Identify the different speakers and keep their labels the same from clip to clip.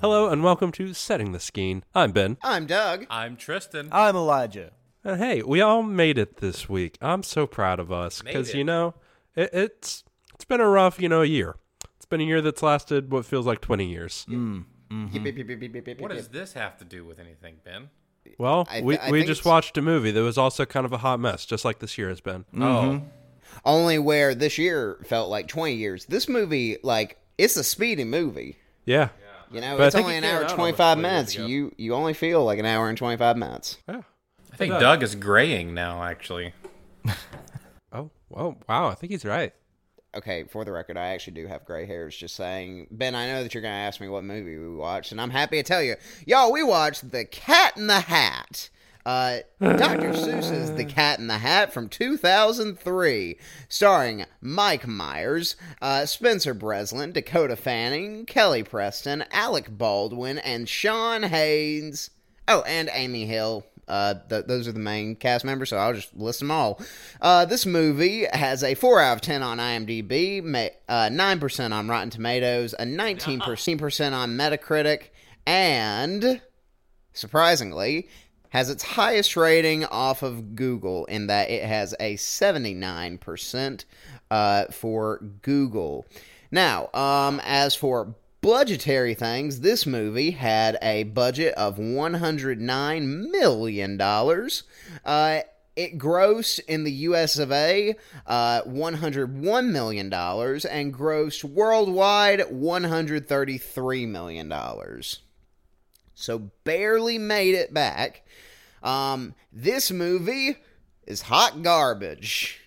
Speaker 1: Hello and welcome to Setting the Skein. I'm Ben.
Speaker 2: I'm Doug.
Speaker 3: I'm Tristan.
Speaker 4: I'm Elijah.
Speaker 1: And hey, we all made it this week. I'm so proud of us
Speaker 3: Made
Speaker 1: because
Speaker 3: it.
Speaker 1: you know it, it's it's been a rough you know year. It's been a year that's lasted what feels like 20 years. Mm, Mm-hmm.
Speaker 2: Yip, yip, yip, yip, yip, yip, yip,
Speaker 3: what does
Speaker 2: yip.
Speaker 3: this have to do with anything, Ben?
Speaker 1: Well,
Speaker 2: I th-
Speaker 1: we
Speaker 2: I
Speaker 1: we
Speaker 2: think
Speaker 1: just
Speaker 2: it's-
Speaker 1: watched a movie that was also kind of a hot mess, just like this year has been.
Speaker 2: Mm.
Speaker 4: Mm-hmm.
Speaker 3: Oh,
Speaker 2: Only where this year felt like 20 years. This movie, like, it's a speedy movie.
Speaker 1: Yeah.
Speaker 2: You know,
Speaker 1: But I
Speaker 2: it's
Speaker 1: think
Speaker 2: only
Speaker 1: it
Speaker 2: an
Speaker 1: came
Speaker 2: hour
Speaker 1: out
Speaker 2: and
Speaker 1: almost
Speaker 2: 25
Speaker 1: twenty years
Speaker 2: minutes.
Speaker 1: ago.
Speaker 2: You you only feel like an hour and 25 minutes.
Speaker 1: Yeah.
Speaker 3: I think Doug is graying now. Actually,
Speaker 1: Oh, well, wow. I think he's right.
Speaker 2: Okay, for the record, I actually do have gray hairs. Just saying, Ben, I know that you're going to ask me what movie we watched, and I'm happy to tell you. Y'all, we watched The Cat in the Hat. Uh, Dr. Seuss's The Cat in the Hat from 2003, starring Mike Myers, uh, Spencer Breslin, Dakota Fanning, Kelly Preston, Alec Baldwin, and Sean Haynes. Oh, and Amy Hill. Uh, th- those are the main cast members, so I'll just list them all. Uh, this movie has a 4 out of 10 on IMDb, ma- uh, 9% on Rotten Tomatoes, a 19% on Metacritic, and surprisingly, has its highest rating off of Google in that it has a 79% uh, for Google. Now, um, as for budgetary things, this movie had a budget of $109 million. Uh, it grossed in the US of A uh, $101 million and grossed worldwide $133 million so barely made it back. Um, this movie is hot garbage.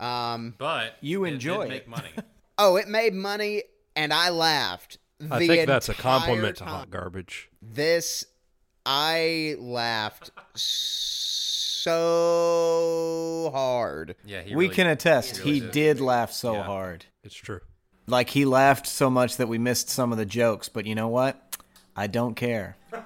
Speaker 2: Um,
Speaker 3: but
Speaker 4: You
Speaker 3: it did
Speaker 4: enjoy it.
Speaker 3: make money.
Speaker 2: oh, it made money, and I laughed.
Speaker 1: I
Speaker 2: the
Speaker 1: think that's a
Speaker 2: entire
Speaker 1: compliment to
Speaker 2: time.
Speaker 1: hot garbage.
Speaker 2: This, I laughed so hard.
Speaker 3: Yeah, he
Speaker 4: we
Speaker 3: really-
Speaker 4: can attest
Speaker 3: he
Speaker 4: he,
Speaker 3: really did.
Speaker 4: did, laugh so
Speaker 3: Yeah.
Speaker 4: hard.
Speaker 1: It's true.
Speaker 4: Like he laughed so much that we missed some of the jokes, but you know what? I don't care.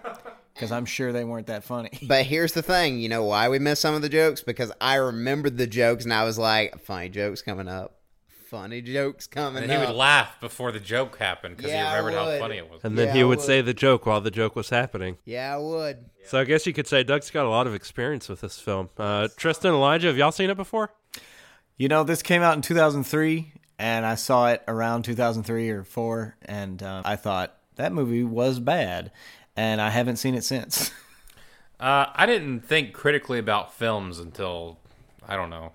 Speaker 4: Cuz I'm sure they weren't that funny.
Speaker 2: But here's the thing, you know why we missed some of the jokes? Because I remembered the jokes, and I was like, "Funny jokes coming up, funny jokes coming
Speaker 3: And
Speaker 2: up."
Speaker 3: he would laugh before the joke happened because
Speaker 2: Yeah, I
Speaker 3: he remembered how
Speaker 2: would.
Speaker 3: funny it was. Uh,
Speaker 1: And then
Speaker 2: Yeah,
Speaker 1: he
Speaker 2: I
Speaker 1: would
Speaker 2: would.
Speaker 1: say the joke while the joke was happening.
Speaker 2: yeah, I would.
Speaker 1: So I guess you could say Doug's got a lot of experience with this film. Uh, Tristan, Elijah, have y'all seen it before?
Speaker 4: You know, this came out in 2003 and I saw it around 2003 or 4 and um, I thought that movie was bad and I haven't seen it since.
Speaker 3: Uh, I didn't think critically about films until I don't know.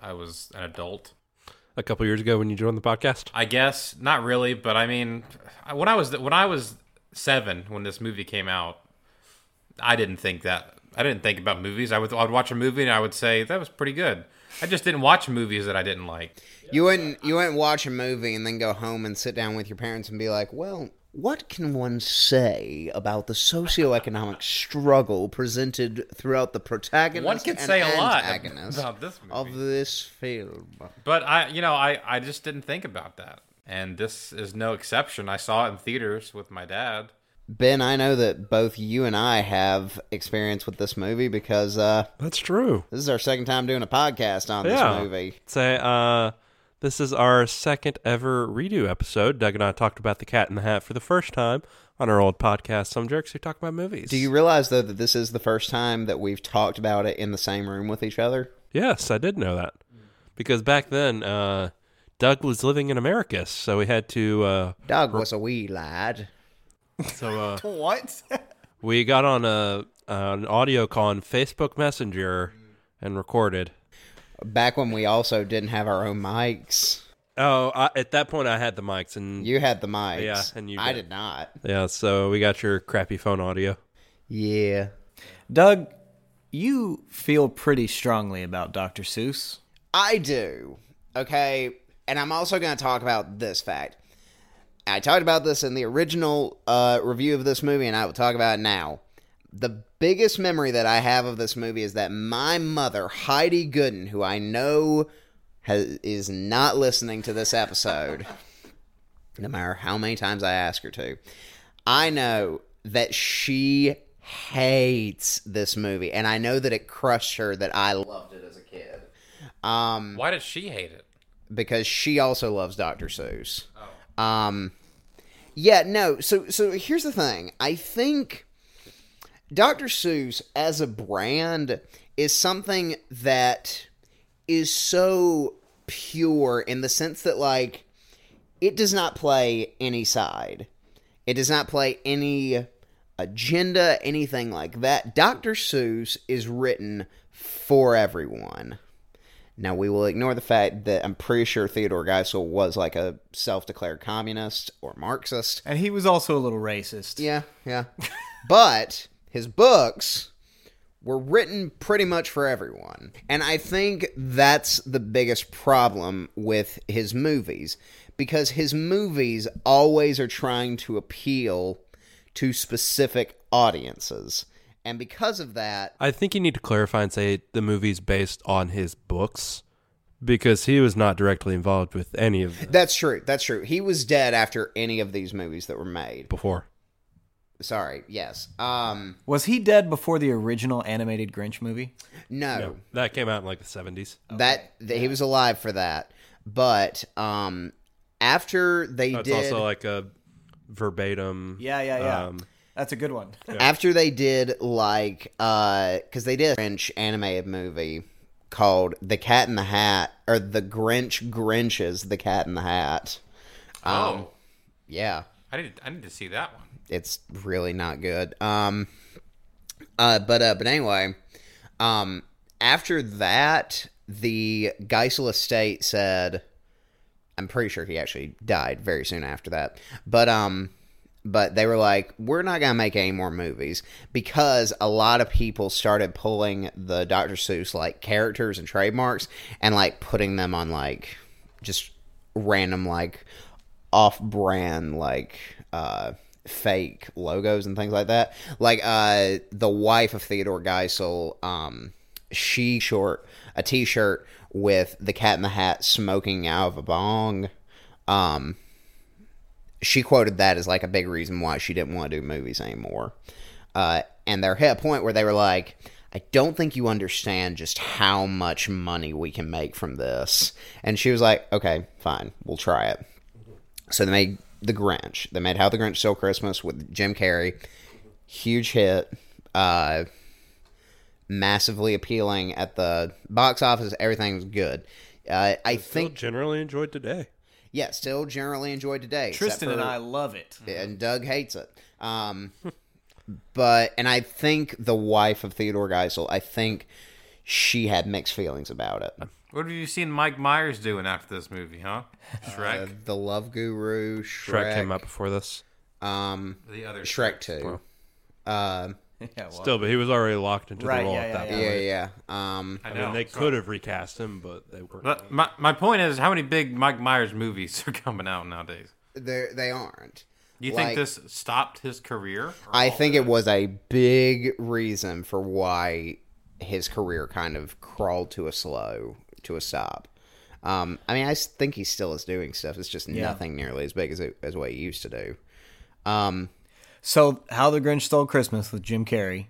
Speaker 3: I was an adult,
Speaker 1: A couple years ago when you joined the podcast?
Speaker 3: I guess. Not really, but I mean, I- when I was when I was seven when this movie came out, I didn't think that. I didn't think about movies. I would I'd watch a movie and I would say that was pretty good. I just didn't watch movies that I didn't like.
Speaker 2: You wouldn't you wouldn't watch a movie and then go home and sit down with your parents and be like, "Well, what can one say about the socioeconomic struggle presented throughout the protagonist
Speaker 3: One can
Speaker 2: and
Speaker 3: say a lot
Speaker 2: antagonist
Speaker 3: about this movie.
Speaker 2: of this film?"
Speaker 3: But I, you know, I, I just didn't think about that. And this is no exception. I saw it in theaters with my dad.
Speaker 2: Ben, I know that both you and I have experience with this movie because uh,
Speaker 1: That's true.
Speaker 2: this is our second time doing a podcast on
Speaker 1: Yeah.
Speaker 2: this movie.
Speaker 1: Say, uh, this is our second ever redo episode. Doug and I talked about the cat in the hat for the first time on our old podcast, Some Jerks Who Talk About Movies.
Speaker 2: Do you realize though that this is the first time that we've talked about it in the same room with each other?
Speaker 1: Yes, I did know that. Because back then, uh, Doug was living in America, so we had to. Uh,
Speaker 2: Doug was a wee lad.
Speaker 1: so uh,
Speaker 4: what?
Speaker 1: we got on a uh, an audio call on Facebook Messenger and recorded.
Speaker 2: Back when we also didn't have our own mics.
Speaker 1: Oh, I, at that point, I had the mics, and
Speaker 2: You had the mics.
Speaker 1: Yeah, and you
Speaker 2: I
Speaker 1: did.
Speaker 2: did not.
Speaker 1: yeah, so we got your crappy phone audio.
Speaker 2: Yeah.
Speaker 4: Doug, you feel pretty strongly about Dr. Seuss.
Speaker 2: I do. Okay. And I'm also going to talk about this fact. I talked about this in the original uh, review of this movie, and I will talk about it now. The biggest memory that I have of this movie is that my mother, Heidi Gooden, who I know has, is not listening to this episode, no matter how many times I ask her to, I know that she hates this movie, and I know that it crushed her that I loved it as a kid. Um,
Speaker 3: Why did she hate it?
Speaker 2: because she also loves Dr. Seuss. Um, Yeah, no. So so here's the thing. I think Dr. Seuss as a brand is something that is so pure in the sense that like it does not play any side. It does not play any agenda, anything like that. Dr. Seuss is written for everyone. Now we will ignore the fact that I'm pretty sure Theodore Geisel was like a self-declared communist or Marxist.
Speaker 4: And he was also a little racist.
Speaker 2: Yeah, yeah. but his books were written pretty much for everyone. And I think that's the biggest problem with his movies because his movies always are trying to appeal to specific audiences. And because of that,
Speaker 1: I think you need to clarify and say the movie's based on his books because he was not directly involved with any of them
Speaker 2: that's true. That's true. He was dead after any of these movies that were made.
Speaker 1: before.
Speaker 2: Sorry. Yes. Um
Speaker 4: Was he dead before the original animated Grinch movie?
Speaker 2: no.
Speaker 1: No, that came out in like the 70s.
Speaker 2: That th- he was alive for that. But um after they
Speaker 1: That's
Speaker 2: did
Speaker 1: also like a verbatim.
Speaker 4: Yeah, yeah, yeah.
Speaker 1: Um,
Speaker 4: That's a good one.
Speaker 2: after they did like uh because they did a french animated movie called the cat in the hat or the grinch grinches the cat in the hat
Speaker 3: Oh,
Speaker 2: yeah
Speaker 3: I need I need to see that one.
Speaker 2: it's really not good. Um, uh, but uh, but anyway, um, after that, the Geisel estate said, I'm pretty sure he actually died very soon after that. But um, but they were like, we're not gonna make any more movies because a lot of people started pulling the Dr. Seuss like characters and trademarks and like putting them on like just random like off brand like uh fake logos and things like that like uh the wife of theodore geisel um she short a t-shirt with the cat in the hat smoking out of a bong um she quoted that as like a big reason why she didn't want to do movies anymore uh and they're hit a point where they were like i don't think you understand just how much money we can make from this and she was like okay fine we'll try it so they made The Grinch. They made How the Grinch Stole Christmas with Jim Carrey. Huge hit. Uh, massively appealing at the box office. Everything was good. Uh, I
Speaker 1: Still
Speaker 2: think,
Speaker 1: generally enjoyed today.
Speaker 2: yeah, still generally enjoyed today. except
Speaker 4: Tristan and
Speaker 2: for-
Speaker 4: I love it.
Speaker 2: and Doug hates it. Um, but and I think the wife of Theodore Geisel, I think she had mixed feelings about it.
Speaker 3: What have you seen Mike Myers doing after this movie, huh?
Speaker 2: Uh,
Speaker 3: Shrek,
Speaker 2: The Love Guru, Shrek,
Speaker 1: Shrek came out before this.
Speaker 2: Um,
Speaker 3: the other
Speaker 2: Shrek Two. Um,
Speaker 4: Yeah, well,
Speaker 1: Still, but he was already locked into
Speaker 4: Right,
Speaker 1: the role
Speaker 4: yeah,
Speaker 1: at that
Speaker 4: yeah,
Speaker 1: point.
Speaker 2: Yeah, yeah. Um,
Speaker 3: I
Speaker 1: I
Speaker 3: know.
Speaker 1: mean, they
Speaker 3: so-
Speaker 1: could have recast him, but they weren't.
Speaker 3: But my my point is, how many big Mike Myers movies are coming out nowadays?
Speaker 2: they they aren't.
Speaker 3: Do you
Speaker 2: Like-
Speaker 3: think this stopped his career? or
Speaker 2: I
Speaker 3: altered
Speaker 2: think it was a big reason for why his career kind of crawled to a slow to a stop. Um, I mean, I s- think he still is doing stuff. It's just nothing nearly as big as it, as what he used to do. Um,
Speaker 4: So, How the Grinch Stole Christmas with Jim Carrey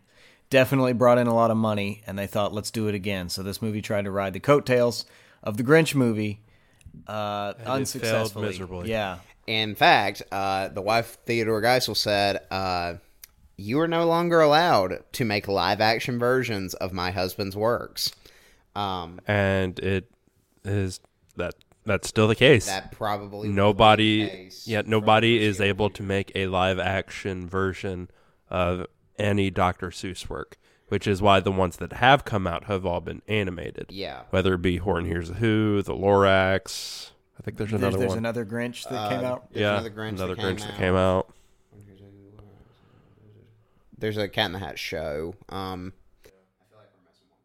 Speaker 4: definitely brought in a lot of money, and they thought, let's do it again. So, this movie tried to ride the coattails of the Grinch movie uh, unsuccessfully.
Speaker 1: miserably.
Speaker 4: Yeah.
Speaker 2: in fact, uh, the wife of Theodore Geisel said, uh, "You are no longer allowed to make live action versions of my husband's works." Um,
Speaker 1: and it is that that's still the case.
Speaker 2: that probably
Speaker 1: nobody,
Speaker 2: case
Speaker 1: yeah, nobody is able to make a live action version of any Dr. Seuss work, which is why the ones that have come out have all been animated.
Speaker 2: Yeah.
Speaker 1: whether it be Horn Hears a Who, The Lorax. I think there's
Speaker 4: There's,
Speaker 1: another
Speaker 4: there's
Speaker 1: one.
Speaker 4: another Grinch that came out.
Speaker 2: There's
Speaker 1: yeah,
Speaker 2: another Grinch, that, came
Speaker 1: that
Speaker 2: out.
Speaker 1: came out.
Speaker 2: There's a Cat in the Hat show. Um,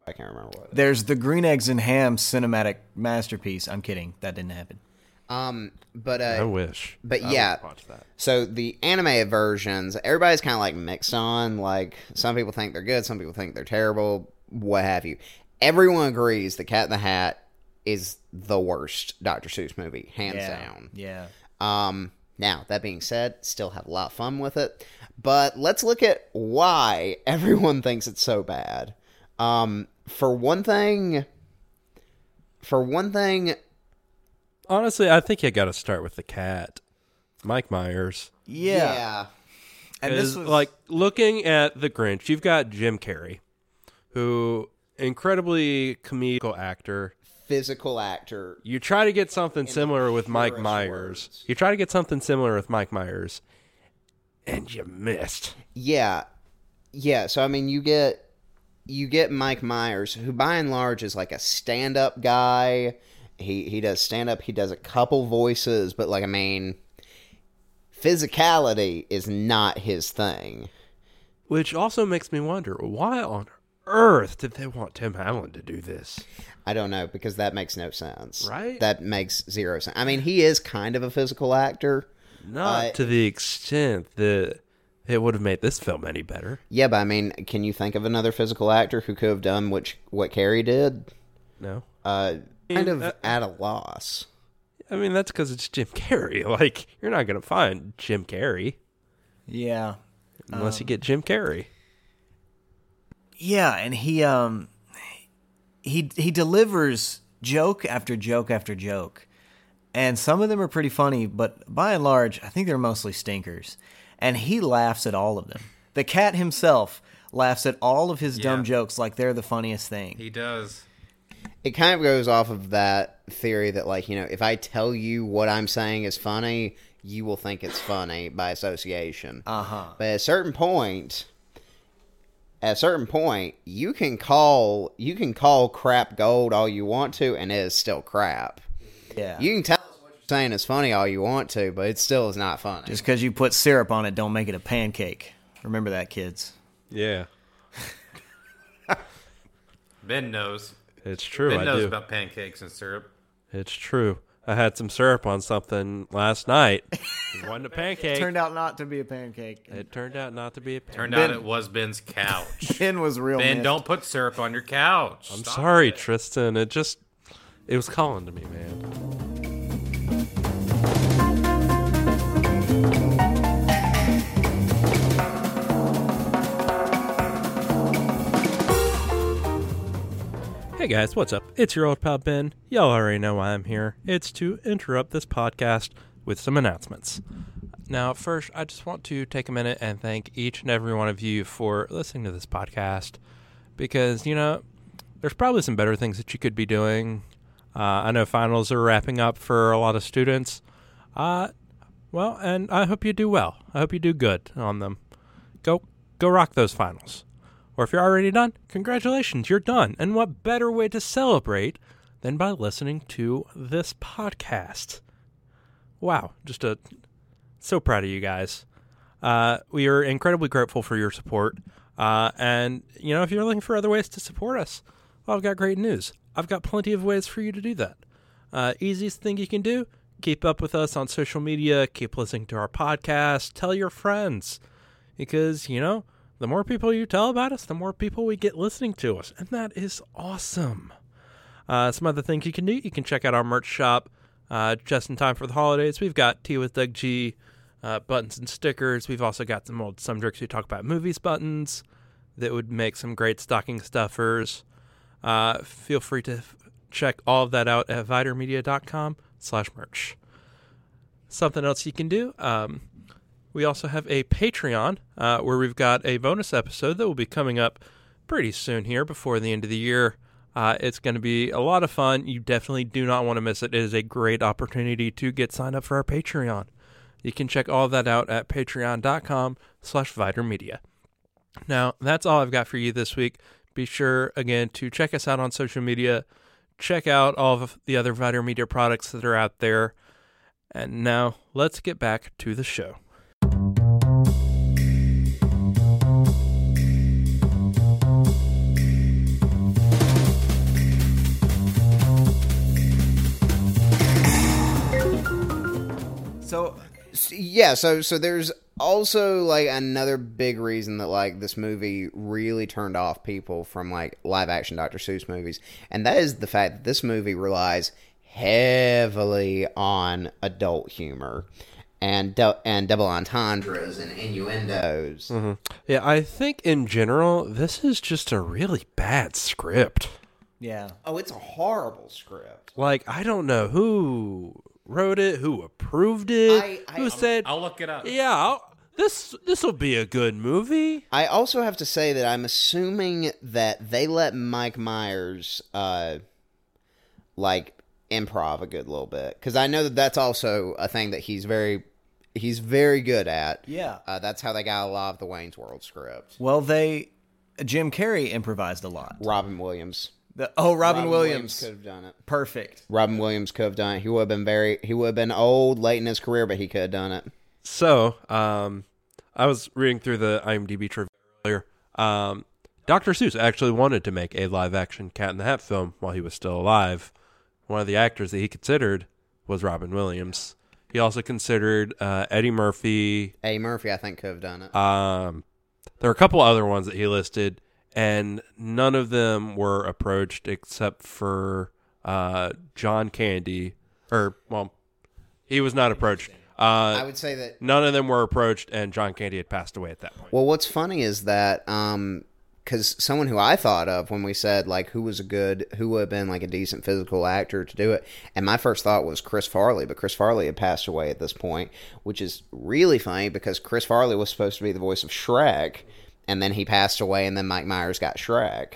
Speaker 2: I can't remember what.
Speaker 4: There's the Green Eggs and Ham cinematic masterpiece. I'm kidding. That didn't happen.
Speaker 2: Um, but
Speaker 1: I
Speaker 2: uh,
Speaker 1: wish.
Speaker 2: but
Speaker 1: I would
Speaker 2: yeah.
Speaker 1: watch that.
Speaker 2: so the animated versions, everybody's kind of like mixed on. Like some people think they're good, some people think they're terrible, what have you. Everyone agrees the Cat in the Hat is the worst Dr. Seuss movie, hands
Speaker 4: Yeah.
Speaker 2: down.
Speaker 4: Yeah.
Speaker 2: Um, now, that being said, still had a lot of fun with it. But let's look at why everyone thinks it's so bad. Um, for one thing, for one thing,
Speaker 1: Honestly, I think you got to start with the cat. Mike Myers.
Speaker 4: Yeah. And
Speaker 1: is
Speaker 4: this was
Speaker 1: like looking at the Grinch. You've got Jim Carrey, who incredibly comedical actor.
Speaker 2: Physical actor.
Speaker 1: You try to get something similar with Mike
Speaker 2: purest
Speaker 1: Myers.
Speaker 2: words.
Speaker 1: You try to get something similar with Mike Myers, and you missed.
Speaker 2: Yeah. Yeah, so I mean you get you get Mike Myers, who by and large is like a stand up guy. He he does stand up, he does a couple voices, but like I mean physicality is not his thing.
Speaker 1: Which also makes me wonder why on earth did they want Tim Allen to do this?
Speaker 2: I don't know because that makes no sense.
Speaker 1: Right?
Speaker 2: That makes zero sense. I mean, he is kind of a physical actor.
Speaker 1: Not
Speaker 2: I-
Speaker 1: to the extent that it would have made this film any better.
Speaker 2: Yeah, but I mean, can you think of another physical actor who could have done which what Carrie did?
Speaker 1: No.
Speaker 2: Uh, kind of
Speaker 1: uh,
Speaker 2: at a loss.
Speaker 1: I mean, that's because it's Jim Carrey. Like, you're not going to find Jim Carrey
Speaker 4: Yeah.
Speaker 1: unless you get Jim Carrey.
Speaker 4: Yeah, and he um he he delivers joke after joke after joke. And some of them are pretty funny, but by and large, I think they're mostly stinkers. And he laughs at all of them. The cat himself laughs at all of his
Speaker 3: Yeah.
Speaker 4: dumb jokes like they're the funniest thing.
Speaker 3: He does.
Speaker 2: It kind of goes off of that theory that, like, you know, if I tell you what I'm saying is funny, you will think it's funny by association.
Speaker 4: Ah.
Speaker 2: Uh
Speaker 4: Uh-huh.
Speaker 2: huh. But at a certain point, at a certain point, you can call you can call crap gold all you want to, and it is still crap.
Speaker 4: yeah.
Speaker 2: You can tell us what you're saying is funny all you want to, but it still is not funny.
Speaker 4: Just because you put syrup on it, don't make it a pancake. Remember that, kids.
Speaker 1: Yeah.
Speaker 3: Ben knows.
Speaker 1: It's true.
Speaker 3: Ben
Speaker 1: I
Speaker 3: knows
Speaker 1: do.
Speaker 3: about pancakes and syrup.
Speaker 1: it's true. I had some syrup on something last night. It wasn't a pancake.
Speaker 4: Turned out not to be a pancake.
Speaker 1: it turned out not to be a pancake.
Speaker 3: Turned out it was Ben's couch.
Speaker 4: Ken was real.
Speaker 3: ben,
Speaker 4: missed.
Speaker 3: don't put syrup on your couch.
Speaker 1: I'm sorry, Tristan. It just, it was calling to me, man. Hey guys, what's up? It's your old pal Ben. Y'all already know why I'm here. It's to interrupt this podcast with some announcements. Now, first, I just want to take a minute and thank each and every one of you for listening to this podcast because, you know, there's probably some better things that you could be doing. Uh, I know finals are wrapping up for a lot of students. Uh, well, and I hope you do well. I hope you do good on them. Go, go rock those finals. Or if you're already done, congratulations, you're done. And what better way to celebrate than by listening to this podcast? Wow, just a so proud of you guys. Uh, we are incredibly grateful for your support. Uh, and, you know, if you're looking for other ways to support us, well, I've got great news. I've got plenty of ways for you to do that. Uh, easiest thing you can do keep up with us on social media, keep listening to our podcast, tell your friends. Because, you know, the more people you tell about us, the more people we get listening to us. And that is awesome. Uh, some other things you can do, you can check out our merch shop uh, just in time for the holidays. We've got Tea with Doug G uh, buttons and stickers. We've also got some old Some Jerks Who Talk About Movies buttons that would make some great stocking stuffers. Uh, feel free to f- check all of that out at vitermedia.com slash merch. Something else you can do, um, we also have a Patreon uh, where we've got a bonus episode that will be coming up pretty soon here before the end of the year. Uh, it's going to be a lot of fun. You definitely do not want to miss it. It is a great opportunity to get signed up for our Patreon. You can check all that out at patreon.com slash vitermedia. Now, that's all I've got for you this week. Be sure, again, to check us out on social media. Check out all of the other Viter Media products that are out there. And now, let's get back to the show.
Speaker 4: So
Speaker 2: S- yeah so so there's also like another big reason that like this movie really turned off people from like live action dr seuss movies and that is the fact that this movie relies heavily on adult humor and dou and double entendres and innuendos
Speaker 1: Yeah, I think in general, this is just a really bad script.
Speaker 4: yeah,
Speaker 2: oh it's a horrible script
Speaker 1: Like, I don't know who wrote it, who approved it,
Speaker 2: I- I-
Speaker 1: who said,
Speaker 3: I'll look it up.
Speaker 1: "Yeah, I'll, this this will be a good movie."
Speaker 2: I also have to say that I'm assuming that they let Mike Myers, uh, like improv a good little bit because I know that that's also a thing that he's very, he's very good at.
Speaker 4: Yeah.
Speaker 2: uh, that's how they got a lot of the Wayne's World script.
Speaker 4: Well, they Jim Carrey improvised a lot.
Speaker 2: Robin Williams.
Speaker 4: The, oh, Robin, Williams,
Speaker 2: could have done it.
Speaker 4: perfect.
Speaker 2: Robin Williams could have done it. He would have been very. He would have been old late in his career, but he could have done it.
Speaker 1: So, um, I was reading through the IMDb trivia earlier. Um, Dr. Seuss actually wanted to make a live action Cat in the Hat film while he was still alive. One of the actors that he considered was Robin Williams. He also considered uh, Eddie Murphy.
Speaker 2: A Murphy, I think, could have done it.
Speaker 4: Uh,
Speaker 1: Um, there are a couple other ones that he listed, and none of them were approached except for uh, John Candy. Or, well, he was not approached. Uh,
Speaker 2: I would say that
Speaker 1: None of them were approached, and John Candy had passed away at that point.
Speaker 2: Well, what's funny is that um 'cause because someone who I thought of when we said like who was a good who would have been like a decent physical actor to do it, and my first thought was Chris Farley, but Chris Farley had passed away at this point, which is really funny because Chris Farley was supposed to be the voice of Shrek, and then he passed away, and then Mike Myers got Shrek.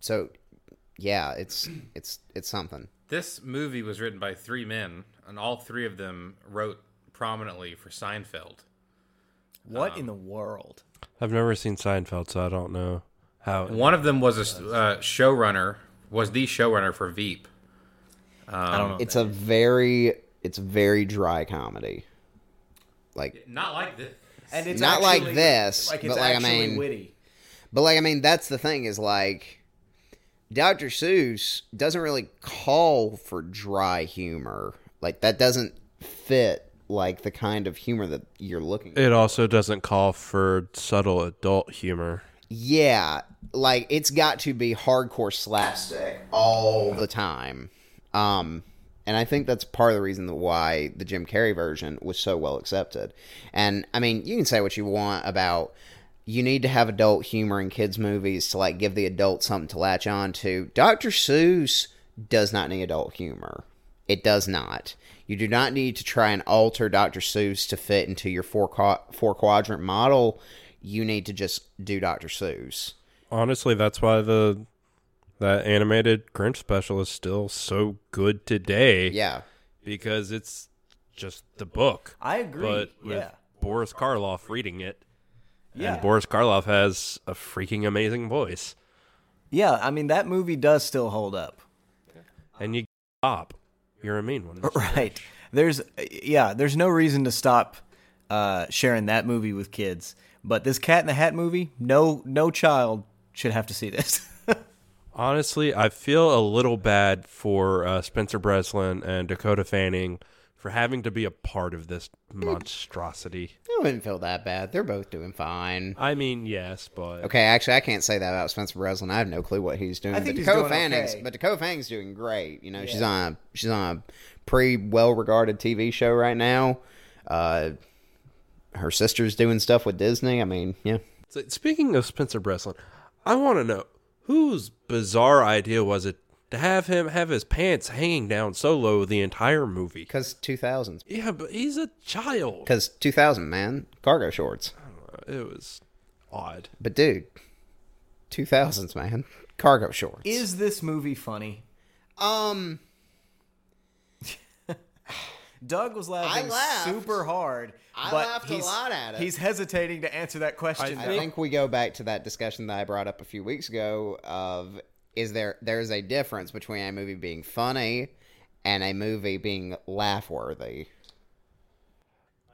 Speaker 2: So, yeah, it's it's it's something.
Speaker 3: This movie was written by three men, and all three of them wrote prominently for Seinfeld.
Speaker 2: Um,
Speaker 4: What in the world?
Speaker 1: I've never seen Seinfeld, so I don't know how.
Speaker 3: One of them was a uh, showrunner, was the showrunner for Veep.
Speaker 4: I don't know.
Speaker 2: It's a very it's very dry comedy, like
Speaker 3: Not like this.
Speaker 4: and it's
Speaker 2: not like this,
Speaker 4: Like it's
Speaker 2: but like, I
Speaker 4: actually
Speaker 2: mean-
Speaker 4: witty.
Speaker 2: But like, I mean, that's the thing is like, Dr. Seuss doesn't really call for dry humor. Like that doesn't fit like the kind of humor that you're looking.
Speaker 1: It also doesn't call for subtle adult humor.
Speaker 2: Yeah, like it's got to be hardcore slapstick all the time. Um, and I think that's part of the reason why the Jim Carrey version was so well accepted. And I mean, you can say what you want about you need to have adult humor in kids' movies to like give the adult something to latch on to. Dr. Seuss does not need adult humor. It does not. You do not need to try and alter Dr. Seuss to fit into your four qua four quadrant model. You need to just do Dr. Seuss.
Speaker 1: Honestly, that's why the that animated Grinch special is still so good today.
Speaker 2: Yeah.
Speaker 1: because it's just the book,
Speaker 4: I agree.
Speaker 1: but with
Speaker 4: yeah,
Speaker 1: Boris Karloff reading it,
Speaker 4: yeah,
Speaker 1: and Boris Karloff has a freaking amazing voice,
Speaker 4: yeah. I mean, that movie does still hold up.
Speaker 1: and you pop. You're a mean one.
Speaker 4: Right. There's yeah, there's no reason to stop uh, sharing that movie with kids. But this Cat in the Hat movie, no no child should have to see this.
Speaker 1: Honestly, I feel a little bad for uh, Spencer Breslin and Dakota Fanning for having to be a part of this monstrosity.
Speaker 2: I wouldn't feel that bad. They're both doing fine.
Speaker 1: I mean, yes, but
Speaker 2: Okay, actually, I can't say that about Spencer Breslin. I have no clue what he's doing.
Speaker 4: I think
Speaker 2: but
Speaker 4: he's
Speaker 2: Dakota
Speaker 4: doing
Speaker 2: Fanning's,
Speaker 4: okay.
Speaker 2: but Dakota Fanning's doing great. You know, she's on a, she's on a pretty well regarded TV show right now. Uh, her sister's doing stuff with Disney. I mean, yeah,
Speaker 1: So, speaking of Spencer Breslin, I want to know whose bizarre idea was it to have him have his pants hanging down so low the entire movie?
Speaker 2: because two thousands,
Speaker 1: Yeah, but he's a child.
Speaker 2: because two thousand man cargo shorts.
Speaker 1: It was odd.
Speaker 2: But dude, two thousands man cargo shorts.
Speaker 4: Is this movie funny?
Speaker 2: um,
Speaker 4: Doug was laughing
Speaker 2: I laughed.
Speaker 4: super hard.
Speaker 2: I
Speaker 4: but
Speaker 2: laughed a
Speaker 4: he's-
Speaker 2: lot at it.
Speaker 4: He's hesitating to answer that question.
Speaker 2: I
Speaker 4: though.
Speaker 2: think we go back to that discussion that I brought up a few weeks ago of is there there's a difference between a movie being funny and a movie being laugh worthy.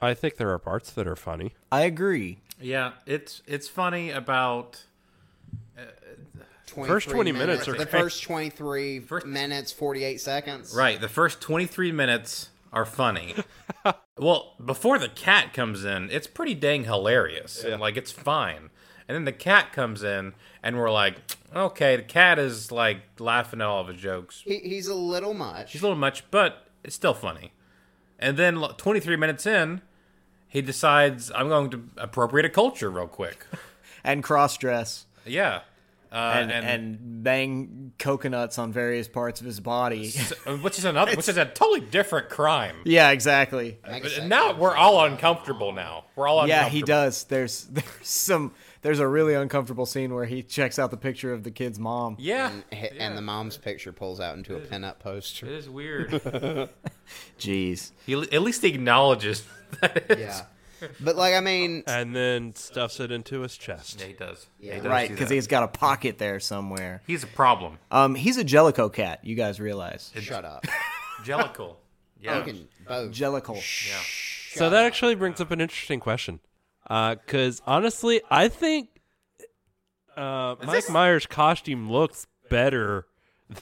Speaker 1: I think there are parts that are funny.
Speaker 4: I agree.
Speaker 3: Yeah, it's it's funny about
Speaker 1: First 20 minutes are
Speaker 2: the
Speaker 1: great.
Speaker 2: first 23
Speaker 3: First-
Speaker 2: minutes 48 seconds.
Speaker 3: right. The first twenty three minutes are funny. well, before the cat comes in, it's pretty dang hilarious. And, like it's fine. And then the cat comes in, and we're like, okay, the cat is like laughing at all of his jokes.
Speaker 2: He, he's a little much.
Speaker 3: She's a little much, but it's still funny. And then lo- 23 minutes in, he decides I'm going to appropriate a culture real quick.
Speaker 4: And cross dress.
Speaker 3: Yeah. Uh,
Speaker 4: and,
Speaker 3: and-
Speaker 4: and bang coconuts on various parts of his body.
Speaker 3: So, which is another, which is a totally different crime.
Speaker 4: yeah, exactly.
Speaker 3: And now we're all uncomfortable. Now we're all uncomfortable.
Speaker 4: Yeah, he does. There's there's some there's a really uncomfortable scene where he checks out the picture of the kid's mom.
Speaker 3: Yeah,
Speaker 2: H- And the mom's picture pulls out into a pinup poster.
Speaker 3: it is weird.
Speaker 4: Jeez.
Speaker 3: he at least acknowledges that it's,
Speaker 2: Yeah. But like, I mean,
Speaker 1: and then stuffs it into his chest.
Speaker 3: Yeah, he does.
Speaker 2: Yeah.
Speaker 3: he does
Speaker 4: Right,
Speaker 3: do
Speaker 4: because
Speaker 3: that.
Speaker 4: he's got a pocket there somewhere.
Speaker 3: he's a problem.
Speaker 4: Um, he's a Jellicoe cat. You guys realize
Speaker 2: shut up.
Speaker 3: Jellicle. Yeah.
Speaker 2: Fucking both.
Speaker 4: Jellicoe.
Speaker 1: So that actually brings up an interesting question, because honestly, I think uh, Mike
Speaker 3: this-
Speaker 1: Myers' costume looks better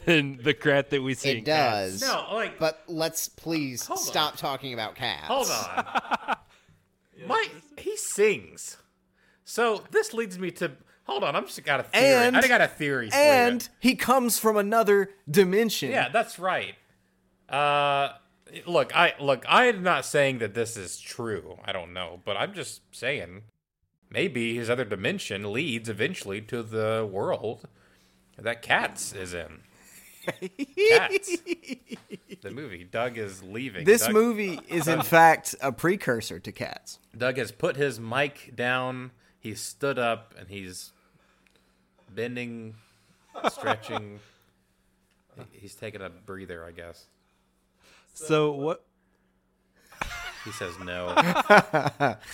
Speaker 1: than the cat that we see. in
Speaker 2: It
Speaker 1: Cats.
Speaker 2: does.
Speaker 3: No, like
Speaker 2: But let's please
Speaker 3: Hold on.
Speaker 2: stop talking about cats.
Speaker 3: hold on. Mike, he sings. So this leads me to hold on. I'm just got a theory.
Speaker 4: And-
Speaker 3: I got a theory. for
Speaker 4: And
Speaker 3: you.
Speaker 4: he comes from another dimension.
Speaker 3: yeah, that's right. Uh, look, I look. I'm not saying that this is true. I don't know, but I'm just saying maybe his other dimension leads eventually to the world that Cats is in. Cats. The movie. Doug is leaving.
Speaker 4: This
Speaker 3: Doug-
Speaker 4: movie is in fact a precursor to Cats.
Speaker 3: Doug has put his mic down. He's stood up and he's bending, stretching. he's taking a breather, I guess.
Speaker 1: So what?
Speaker 3: He says no.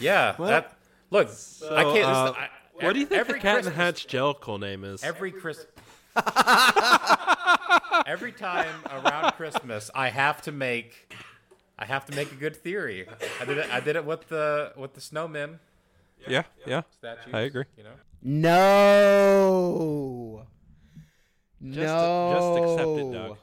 Speaker 3: yeah, that. Look, I can't.
Speaker 1: uh,
Speaker 3: this, I,
Speaker 1: What do you think
Speaker 3: every
Speaker 1: the Cat in
Speaker 3: Christmas,
Speaker 1: the Hat's jellicle name is?
Speaker 3: Every Chris. every time around Christmas, I have to make. I have to make a good theory. I did it. I did it with the with the snowmen
Speaker 1: yeah, yeah.
Speaker 3: statues.
Speaker 1: I agree.
Speaker 3: You know.
Speaker 2: No.
Speaker 1: Just,
Speaker 2: no.
Speaker 1: just accept it, Doug.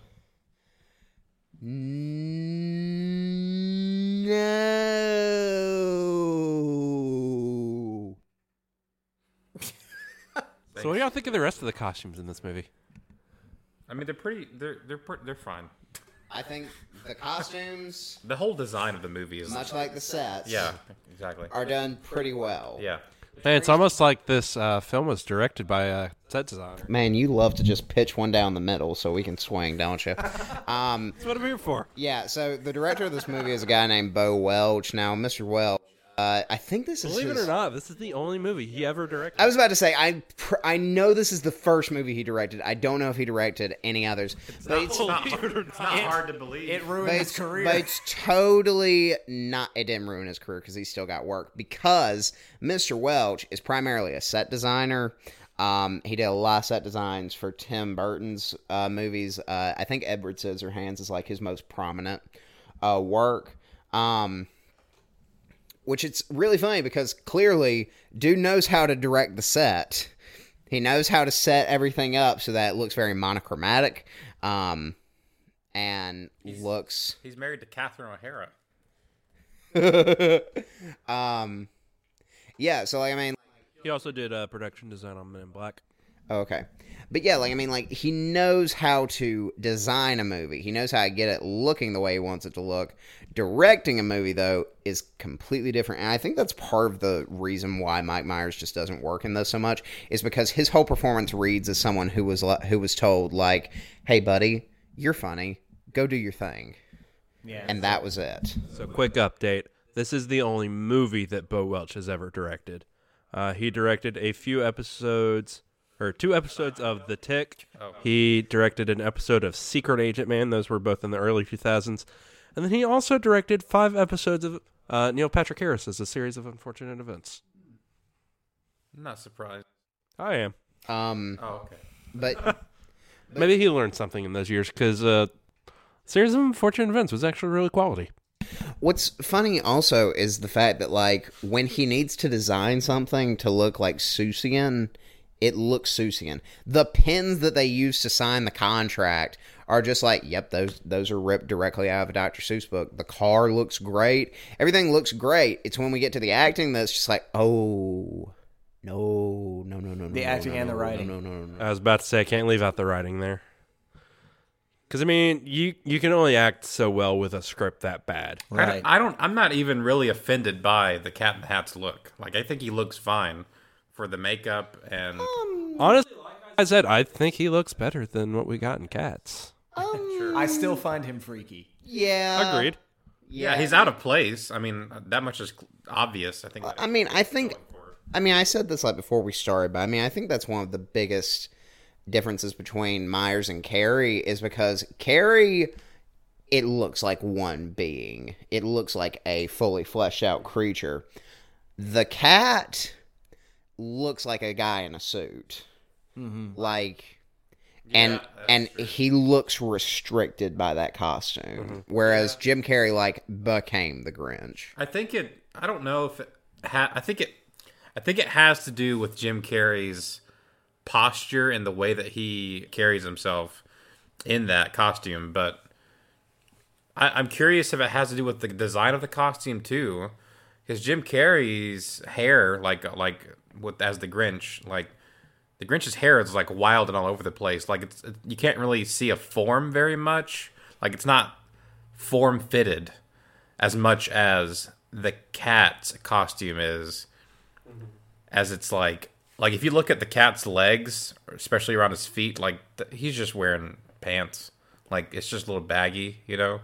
Speaker 2: No.
Speaker 1: So what do y'all think of the rest of the costumes in this movie?
Speaker 3: I mean, they're pretty. They're they're pretty, they're fine.
Speaker 2: I think the costumes,
Speaker 3: The whole design of the movie is
Speaker 2: much like the sets,
Speaker 3: yeah, exactly.
Speaker 2: are done pretty well.
Speaker 3: Yeah,
Speaker 1: Man, it's almost like this uh, film was directed by a set designer.
Speaker 2: Man, you love to just pitch one down the middle so we can swing, don't you? um,
Speaker 1: That's what I'm here for.
Speaker 2: yeah, so the director of this movie is a guy named Bo Welch. Now, Mr. Welch, uh, I think this is
Speaker 1: Believe it
Speaker 2: his-
Speaker 1: or not, this is the only movie he ever directed.
Speaker 2: I was about to say I pr- I know this is the first movie he directed. I don't know if he directed any others. but it's
Speaker 3: not, it's not hard to believe.
Speaker 4: It ruined
Speaker 2: but
Speaker 4: his
Speaker 2: it's-
Speaker 4: career.
Speaker 2: But it's totally not. It didn't ruin his career because he still got work because Mr. Welch is primarily a set designer. Um, he did a lot of set designs for Tim Burton's uh, movies. Uh, I think Edward Scissorhands is like his most prominent uh, work. Um, which it's really funny because clearly, dude knows how to direct the set. He knows how to set everything up so that it looks very monochromatic. Um, and looks
Speaker 3: He's married to Catherine O'Hara.
Speaker 2: um yeah so like i mean
Speaker 1: He also did uh, production design on Men in Black.
Speaker 2: oh, okay but yeah like i mean like he knows how to design a movie he knows how to get it looking the way he wants it to look directing a movie though is completely different and i think that's part of the reason why mike myers just doesn't work in this so much is because his whole performance reads as someone who was le- who was told like hey buddy you're funny go do your thing yeah and that was it
Speaker 1: So, quick update. This is the only movie that Bo Welch has ever directed. Uh, he directed a few episodes, or two episodes of The Tick. He directed an episode of Secret Agent Man. Those were both in the early 2000s. And then he also directed five episodes of uh, Neil Patrick Harris's A Series of Unfortunate Events.
Speaker 3: I'm not surprised.
Speaker 1: I am.
Speaker 2: um
Speaker 3: Oh, okay.
Speaker 2: but
Speaker 1: Maybe he learned something in those years because uh, Series of Unfortunate Events was actually really quality.
Speaker 2: What's funny also is the fact that like when he needs to design something to look like Susian, it looks Susian. The pens that they use to sign the contract are just like, yep, those those are ripped directly out of a Dr. Seuss book. The car looks great. Everything looks great. It's when we get to the acting that's just like, oh no, no, no, no, no.
Speaker 4: The
Speaker 2: no,
Speaker 4: acting
Speaker 2: no,
Speaker 4: and the
Speaker 2: no,
Speaker 4: writing.
Speaker 2: No, no, no, no.
Speaker 1: I was about to say I can't leave out the writing there. Cuz I mean, you you can only act so well with a script that bad.
Speaker 3: I don't-
Speaker 4: right.
Speaker 3: I, don't, I'm not even really offended by the Cat in the Hat's look. Like I think he looks fine for the makeup and
Speaker 1: Honestly, I said I think he looks better than what we got in Cats.
Speaker 4: I still find him freaky.
Speaker 2: Yeah.
Speaker 1: Agreed.
Speaker 3: Yeah, he's out of place. I mean, that much is cl- obvious. I think.
Speaker 2: I mean, I think. I mean, I said this like before we started, but I mean, I think that's one of the biggest differences between Myers and Carrie is because Carrie, it looks like one being. It looks like a fully fleshed out creature. The cat looks like a guy in a suit. Like and and he looks restricted by that costume whereas jim carrey like became the grinch
Speaker 3: I think it. I don't know if it. Ha- I think it. I think it has to do with Jim Carrey's posture and the way that he carries himself in that costume. But I, I'm curious if it has to do with the design of the costume too, because Jim Carrey's hair, like like with as the Grinch, like the Grinch's hair is like wild and all over the place. Like it's it- you can't really see a form very much. Like it's not form fitted as much as the cat's costume is as it's like like if you look at the cat's legs especially around his feet like th- he's just wearing pants like it's just a little baggy you know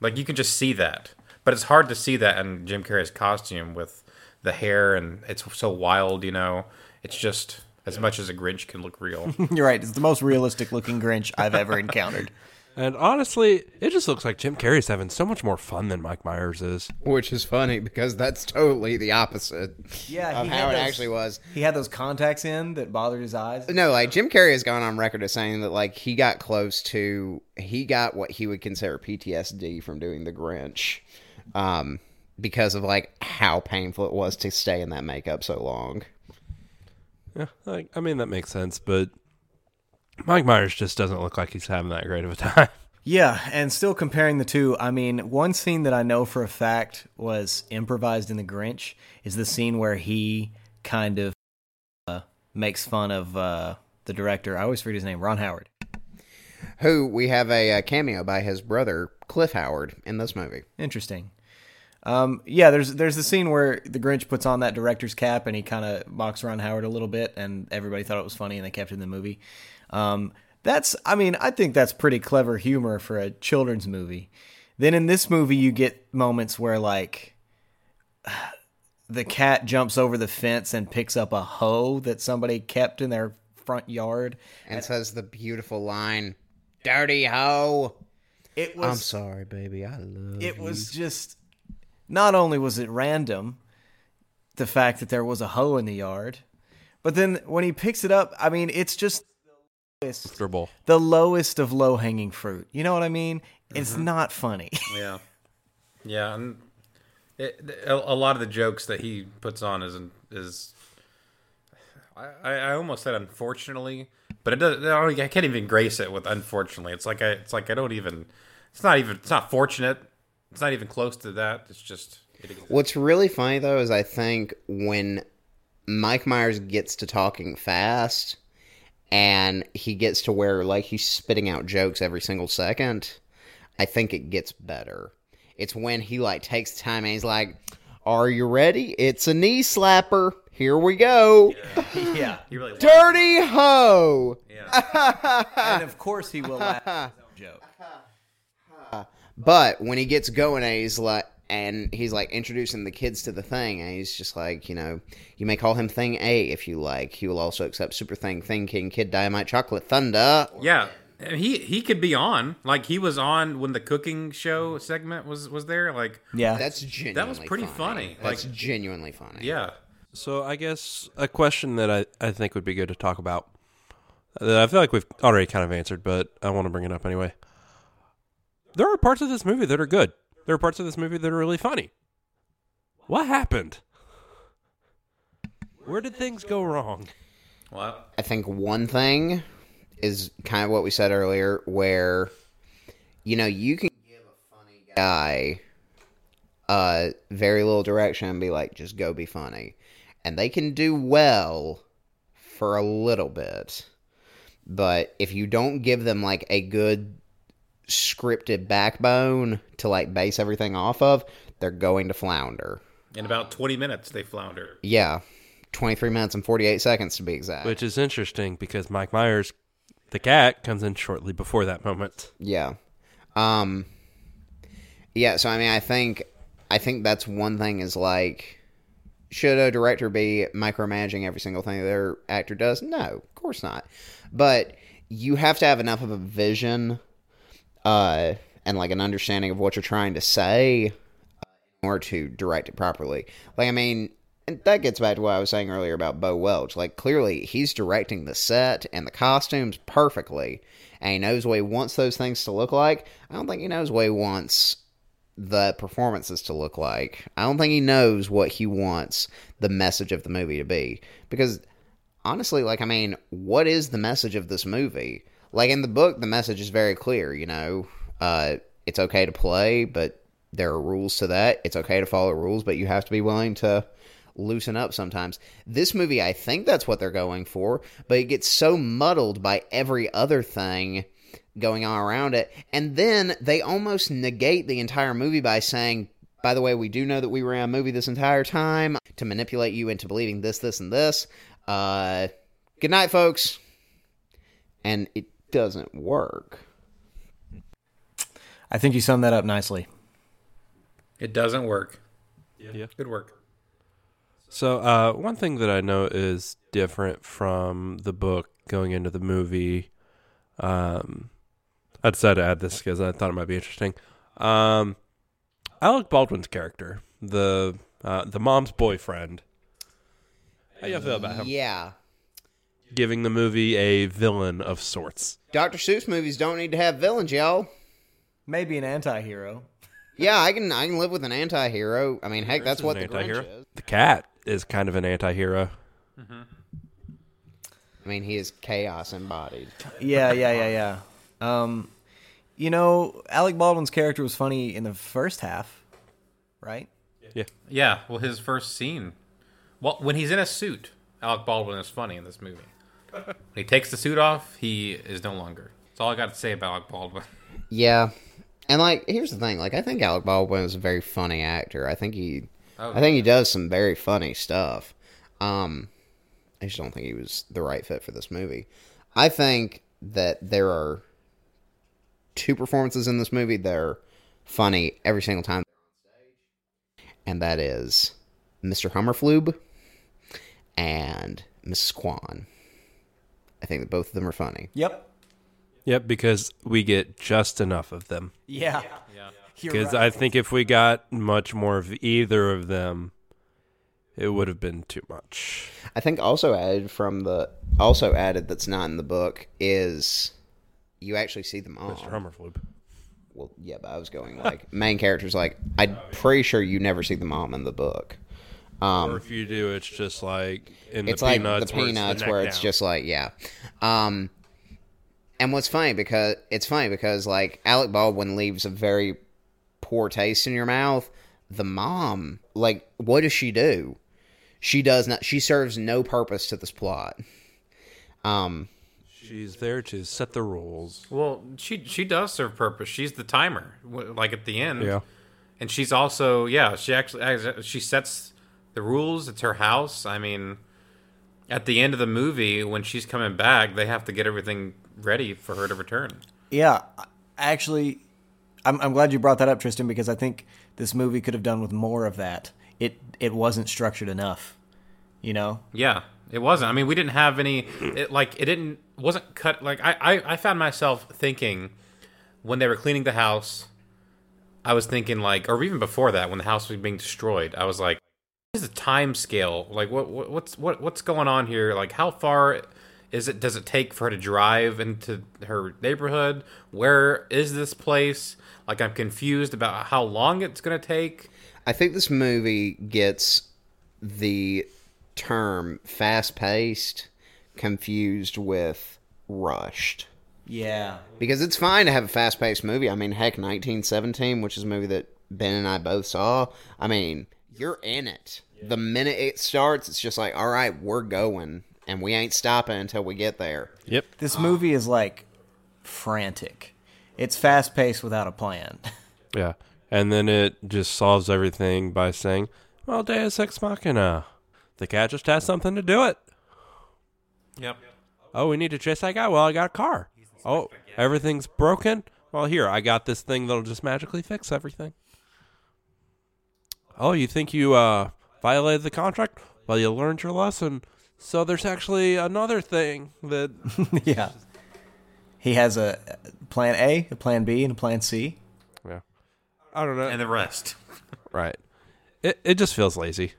Speaker 3: like you can just see that but it's hard to see that in jim carrey's costume with the hair and it's so wild you know it's just as much as a grinch can look real
Speaker 4: You're right. It's the most realistic looking Grinch I've ever encountered.
Speaker 1: And honestly, it just looks like Jim Carrey's having so much more fun than Mike Myers is.
Speaker 2: which is funny because that's totally the opposite
Speaker 4: Yeah,
Speaker 2: of
Speaker 4: he
Speaker 2: how
Speaker 4: had
Speaker 2: it
Speaker 4: those-
Speaker 2: actually was
Speaker 4: He had those contacts in that bothered his eyes.
Speaker 2: no like jim carrey has gone on record as saying that like he got close to he got what he would consider ptsd from doing the grinch um because of like how painful it was to stay in that makeup so long
Speaker 1: Yeah, like, I mean that makes sense, but Mike Myers just doesn't look like he's having that great of a time.
Speaker 4: Yeah, and still comparing the two, I mean, one scene that I know for a fact was improvised in The Grinch is the scene where he kind of uh, makes fun of uh, the director. I always forget his name, Ron Howard.
Speaker 2: who we have a, uh cameo by his brother cliff howard in this movie
Speaker 4: Interesting. Um, yeah, there's there's the scene where the Grinch puts on that director's cap and he kind of mocks Ron Howard a little bit, and everybody thought it was funny, and they kept it in the movie. Um, that's, I mean, I think that's pretty clever humor for a children's movie. Then in this movie, you get moments where like the cat jumps over the fence and picks up a hoe that somebody kept in their front yard.
Speaker 2: and says the beautiful line dirty hoe
Speaker 4: It
Speaker 2: i'm
Speaker 4: was
Speaker 2: sorry baby i love
Speaker 4: it was just not only was it random the fact that there was a hoe in the yard but then when he picks it up i mean it's just the lowest,
Speaker 1: Comfortable.
Speaker 4: the lowest of low hanging fruit you know what i mean it's not funny
Speaker 3: Yeah, yeah, and it, a, a lot of the jokes that he puts on is is I, I I almost said unfortunately, but it doesn't. I, don't, e, I can't even grace it with unfortunately. It's like I it's like I don't even. It's not even. It's not fortunate. It's not even close to that. It's just. It exists.
Speaker 2: What's really funny though is I think when Mike Myers gets to talking fast and he gets to where like he's spitting out jokes every single second, I think it gets better. It's when he like takes time and he's like, "Are you ready? It's a knee slapper. Here we go.
Speaker 4: yeah
Speaker 3: He really
Speaker 2: Dirty hoe."
Speaker 4: and of course he will laugh at his own joke
Speaker 2: But when he gets going, and he's like, and he's like introducing the kids to the thing, and he's just like, you know, you may call him Thing A if you like. He will also accept Super Thing, Thing King, Kid Dynamite, Chocolate Thunder.
Speaker 3: Yeah, and he he could be on. Like he was on when the cooking show segment was was there. Like
Speaker 4: yeah
Speaker 2: That's genuinely.
Speaker 3: pretty funny, like-
Speaker 2: That's genuinely funny.
Speaker 3: yeah.
Speaker 1: So I guess a question that I, I think would be good to talk about uh, that I feel like we've already kind of answered, but I want to bring it up anyway. There are parts of this movie that are good. There are parts of this movie that are really funny. What happened? Where did things go wrong?
Speaker 3: Well,
Speaker 2: I think one thing is kind of what we said earlier, where you know you can give a funny guy uh very little direction and be like, just go be funny, and they can do well for a little bit, but if you don't give them like a good scripted backbone to like base everything off of, they're going to flounder.
Speaker 3: in about twenty minutes they flounder.
Speaker 2: Yeah. 23 minutes and 48 seconds to be exact.
Speaker 1: which is interesting because Mike Myers, the cat, comes in shortly before that moment.
Speaker 2: Yeah. Um Yeah, so I mean I think I think that's one thing is like should a director be micromanaging every single thing their actor does? No, of course not. But you have to have enough of a vision uh and like an understanding of what you're trying to say in order to direct it properly. Like I mean and that gets back to what I was saying earlier about Bo Welch. Like clearly he's directing the set and the costumes perfectly and he knows what he wants those things to look like. I don't think he knows what he wants the performances to look like. I don't think he knows what he wants the message of the movie to be. Because honestly, like, I mean, what is the message of this movie? Like, in the book, the message is very clear, you know, uh, it's okay to play, but there are rules to that. It's okay to follow rules, but you have to be willing to loosen up sometimes. This movie, I think that's what they're going for, but it gets so muddled by every other thing going on around it. And then they almost negate the entire movie by saying, by the way, we do know that we were in a movie this entire time to manipulate you into believing this, this, and this. Uh, good night, folks. And it doesn't work.
Speaker 4: I think you summed that up nicely.
Speaker 3: It doesn't work.
Speaker 1: Yeah.
Speaker 3: Good work.
Speaker 1: So, uh, one thing that I know is different from the book going into the movie. Um, I decided to add this because I thought it might be interesting. Um, Alec Baldwin's character, the uh, the mom's boyfriend. How you feel about him?
Speaker 2: Yeah.
Speaker 1: Giving the movie a villain of sorts.
Speaker 2: Dr. Seuss movies don't need to have villains, y'all.
Speaker 4: Maybe an anti-hero.
Speaker 2: Yeah, I can I can live with an anti-hero. I mean, heck, that's what the
Speaker 1: An anti-hero.
Speaker 2: Grinch is.
Speaker 1: The cat is kind of an anti-hero.
Speaker 2: I mean, he is chaos embodied.
Speaker 4: Yeah, yeah, yeah, yeah. Um, you know, Alec Baldwin's character was funny in the first half, right?
Speaker 1: Yeah.
Speaker 3: Yeah. Well, his first scene. Well, when he's in a suit, Alec Baldwin is funny in this movie. When he takes the suit off, he is no longer. That's all I got to say about Alec Baldwin.
Speaker 2: Yeah, and like here's the thing: like I think Alec Baldwin is a very funny actor. I think he,
Speaker 3: Oh,
Speaker 2: I think he does some very funny stuff. Um, I just don't think he was the right fit for this movie. I think that there are two performances in this movie that are funny every single time, and that is Mr. Hummerflube and Mrs. Kwan. I think that both of them are funny.
Speaker 4: Yep.
Speaker 1: Yep, because we get just enough of them.
Speaker 4: Yeah. Yeah.
Speaker 1: Because I think if we got much more of either of them, it would have been too much.
Speaker 2: I think also added from the also added that's not in the book is you actually see them all.
Speaker 1: Mr. Hummerflube.
Speaker 2: Well, yeah, but I was going like main characters. Like I'm pretty sure you never see the mom in the book.
Speaker 1: or if you do, it's just like in
Speaker 2: Um, It's
Speaker 1: the
Speaker 2: like
Speaker 1: peanuts,
Speaker 2: the peanuts where it's,
Speaker 1: just
Speaker 2: just like yeah. Um, and what's funny because it's funny because like Alec Baldwin leaves a very poor taste in your mouth. The mom, like, what does she do? She does not. She serves no purpose to this plot. Um.
Speaker 1: she's there to set the rules.
Speaker 3: Well, she she does serve purpose. She's the timer, w- like at the end.
Speaker 1: Yeah.
Speaker 3: and she's also yeah. She actually she sets the rules. It's her house. I mean, at the end of the movie, when she's coming back, they have to get everything ready for her to return.
Speaker 4: Yeah, actually, I'm, I'm glad you brought that up, Tristan, because I think this movie could have done with more of that. It it wasn't structured enough, you know.
Speaker 3: Yeah, it wasn't. I mean, we didn't have any. It, like it didn't wasn't cut. Like I, I I found myself thinking when they were cleaning the house, I was thinking like, or even before that, when the house was being destroyed, I was like, what is the time scale? Like what, what what's what what's going on here? Like how far is it? Does it take for her to drive into her neighborhood? Where is this place? Like I'm confused about how long it's gonna take.
Speaker 2: I think this movie gets the term fast paced confused with rushed.
Speaker 4: Yeah,
Speaker 2: Because it's fine to have a fast paced movie. I mean, heck, 1917, which is a movie that Ben and I both saw. I mean, you're in it. The minute it starts, it's just like, all right, we're going. And we ain't stopping until we get there.
Speaker 1: Yep.
Speaker 4: this movie is like frantic. It's fast paced without a plan.
Speaker 1: Yeah. And then it just solves everything by saying, well, Deus Ex Machina. The cat just has something to do it.
Speaker 3: Yep.
Speaker 1: Oh, we need to chase that guy. Well, I got a car. Oh, everything's broken. Well, here I got this thing that'll just magically fix everything. Oh, you think you uh, violated the contract? Well, you learned your lesson. So there's actually another thing that
Speaker 4: yeah. He has a a plan A, a plan B, and a plan C.
Speaker 1: yeah. I don't know.
Speaker 3: And the rest.
Speaker 1: right. It it just feels lazy.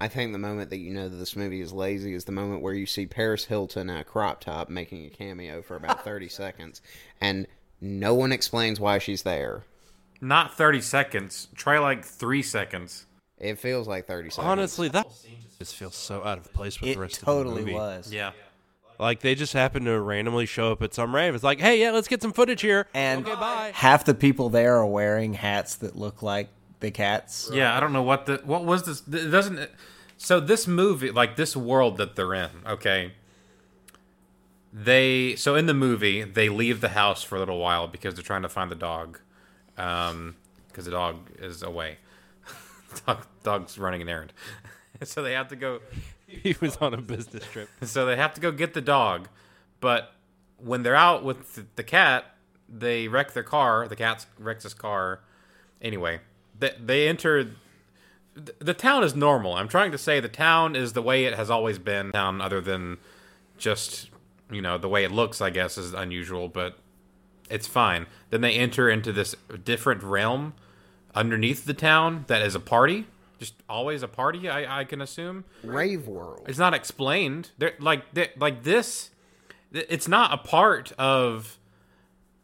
Speaker 2: I think the moment that you know that this movie is lazy is the moment where you see Paris Hilton in a crop top making a cameo for about 30 seconds, and no one explains why she's there.
Speaker 3: Not 30 seconds. Try like three seconds.
Speaker 2: It feels like 30 seconds.
Speaker 1: Honestly, that just feels so out of place with
Speaker 4: It
Speaker 1: the rest of the
Speaker 4: totally
Speaker 1: movie.
Speaker 4: was.
Speaker 3: Yeah.
Speaker 1: Like they just happened to randomly show up at some rave. It's like, hey, yeah, let's get some footage here.
Speaker 4: And
Speaker 1: okay, bye.
Speaker 4: half the people there are wearing hats that look like the cats.
Speaker 3: Yeah, I don't know what the what was this. It doesn't. So this movie, like this world that they're in, okay. They so in the movie they leave the house for a little while because they're trying to find the dog, um, because the dog is away. dog, dog's running an errand, so they have to go.
Speaker 1: He was on a business trip.
Speaker 3: So they have to go get the dog, but when they're out with th- the cat, they wreck their car. The cat wrecks his car. Anyway, they, they enter. th- The town is normal. I'm trying to say the town is the way it has always been. Town, other than just you know the way it looks, I guess is unusual, but it's fine. Then they enter into this different realm underneath the town that is a party, just always a party. I, I can assume.
Speaker 2: Rave World.
Speaker 3: It's not explained. They're, like they like this, th- it's not a part of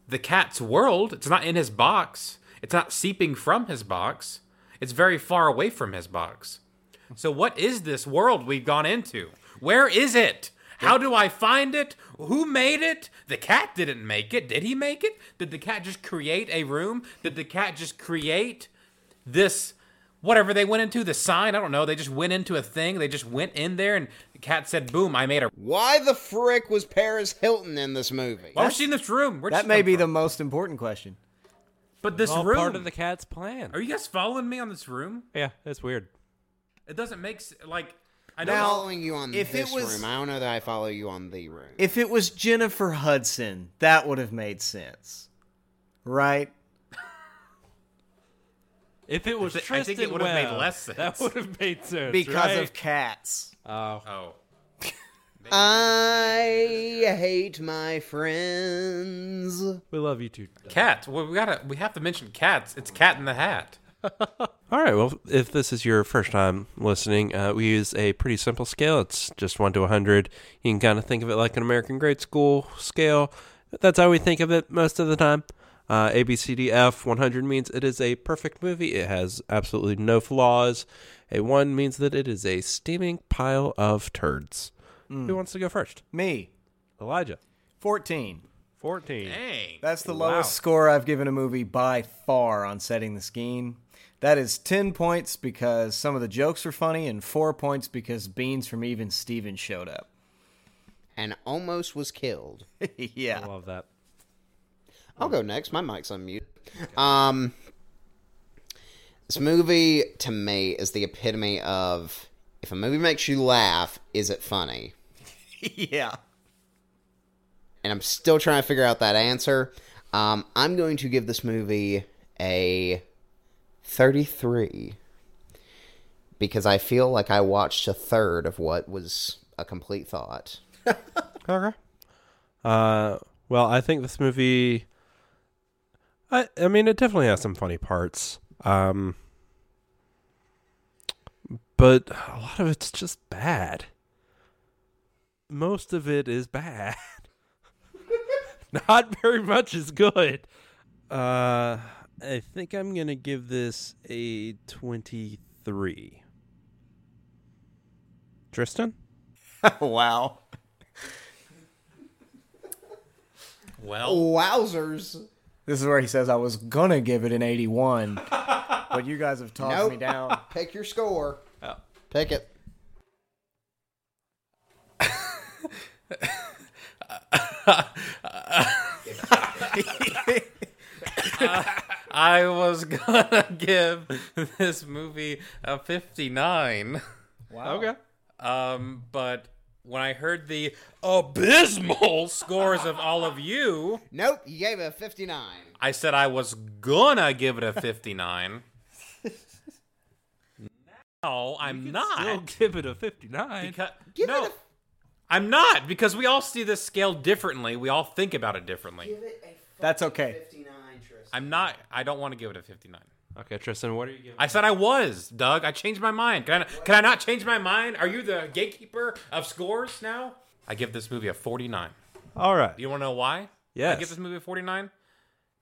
Speaker 3: the cat's world. It's not in his box. It's not seeping from his box. It's very far away from his box. So what is this world we've gone into? Where is it? How do I find it? Who made it? The cat didn't make it. Did he make it? Did the cat just create a room? Did the cat just create this whatever they went into the sign i don't know they just went into a thing they just went in there and the cat said boom i made a
Speaker 2: Why the frick was Paris Hilton in this movie?
Speaker 3: why was she in this room Where'd
Speaker 4: That
Speaker 3: she
Speaker 4: may
Speaker 3: come
Speaker 4: be the
Speaker 3: from?
Speaker 4: most important question.
Speaker 3: but this
Speaker 1: All
Speaker 3: room
Speaker 1: part of the cat's plan.
Speaker 3: are you guys following me on this room
Speaker 1: Yeah, that's weird.
Speaker 3: it doesn't make s- like i
Speaker 2: I'm
Speaker 3: know
Speaker 2: following you on
Speaker 4: if
Speaker 2: this
Speaker 4: it was-
Speaker 2: room. I don't know that I follow you on the room.
Speaker 4: If it was Jennifer Hudson, that would have made sense. Right?
Speaker 1: If it was
Speaker 3: thi- I
Speaker 1: Tristan
Speaker 3: think it would've made
Speaker 1: Webb,
Speaker 3: less sense.
Speaker 1: That would have made sense
Speaker 4: Because
Speaker 1: right?
Speaker 4: of cats.
Speaker 3: oh
Speaker 2: I hate my friends.
Speaker 1: we love you too.
Speaker 3: cat well we gotta we have to mention cats it's cat in the hat
Speaker 1: All right. Well, if this is your first time listening, uh, we use a pretty simple scale. It's just one to a hundred. You can kind of think of it like an American grade school scale. That's how we think of it most of the time. Uh, A B C D F. One hundred means it is a perfect movie. It has absolutely no flaws. A one means that it is a steaming pile of turds. Who wants to go first?
Speaker 4: Me,
Speaker 1: Elijah.
Speaker 4: 14.
Speaker 1: Fourteen.
Speaker 3: dang
Speaker 4: That's the
Speaker 3: Wow.
Speaker 4: lowest score I've given a movie by far on setting the scheme. That is 10 points because some of the jokes were funny, and 4 points because Beans from Even Steven showed up.
Speaker 2: And almost was killed.
Speaker 1: I
Speaker 4: yeah.
Speaker 1: love that.
Speaker 2: I'll go next. My mic's unmuted. Um, this movie to me is the epitome of if a movie makes you laugh, is it funny?
Speaker 4: yeah.
Speaker 2: And I'm still trying to figure out that answer. Um, I'm going to give this movie a 33 because I feel like I watched a third of what was a complete thought.
Speaker 1: Okay. Uh, well, I think this movie. I I mean, it definitely has some funny parts. Um, but a lot of it's just bad. Most of it is bad. Not very much is good. Uh, I think I'm gonna give this a twenty-three. Tristan.
Speaker 4: wow.
Speaker 3: well
Speaker 2: Wowzers.
Speaker 4: This is where he says, I was going to give it an 81, but you guys have tossed
Speaker 2: Nope.
Speaker 4: me down.
Speaker 2: Pick your score. Pick it.
Speaker 3: i was gonna give this movie a 59
Speaker 4: Wow.
Speaker 1: Okay.
Speaker 3: Um, but when I heard the abysmal scores of all of you,
Speaker 2: Nope, you gave it a 59.
Speaker 3: I said I was gonna give it a 59. now I'm
Speaker 1: Still
Speaker 3: not.
Speaker 1: give it a 59.
Speaker 3: Because,
Speaker 2: Give
Speaker 3: no,
Speaker 2: it a-
Speaker 3: I'm not because we all see this scale differently. We all think about it differently.
Speaker 2: Give it a
Speaker 4: That's okay.
Speaker 2: 59, Tristan.
Speaker 3: I'm not. I don't want to give it a 59.
Speaker 1: okay, Tristan, what are you giving?
Speaker 3: I said I was, Doug. I changed my mind. Can I, can I not change my mind? Are you the gatekeeper of scores now? I give this movie a 49.
Speaker 1: All right.
Speaker 3: Do you want to know why?
Speaker 1: Yes.
Speaker 3: I give this movie a 49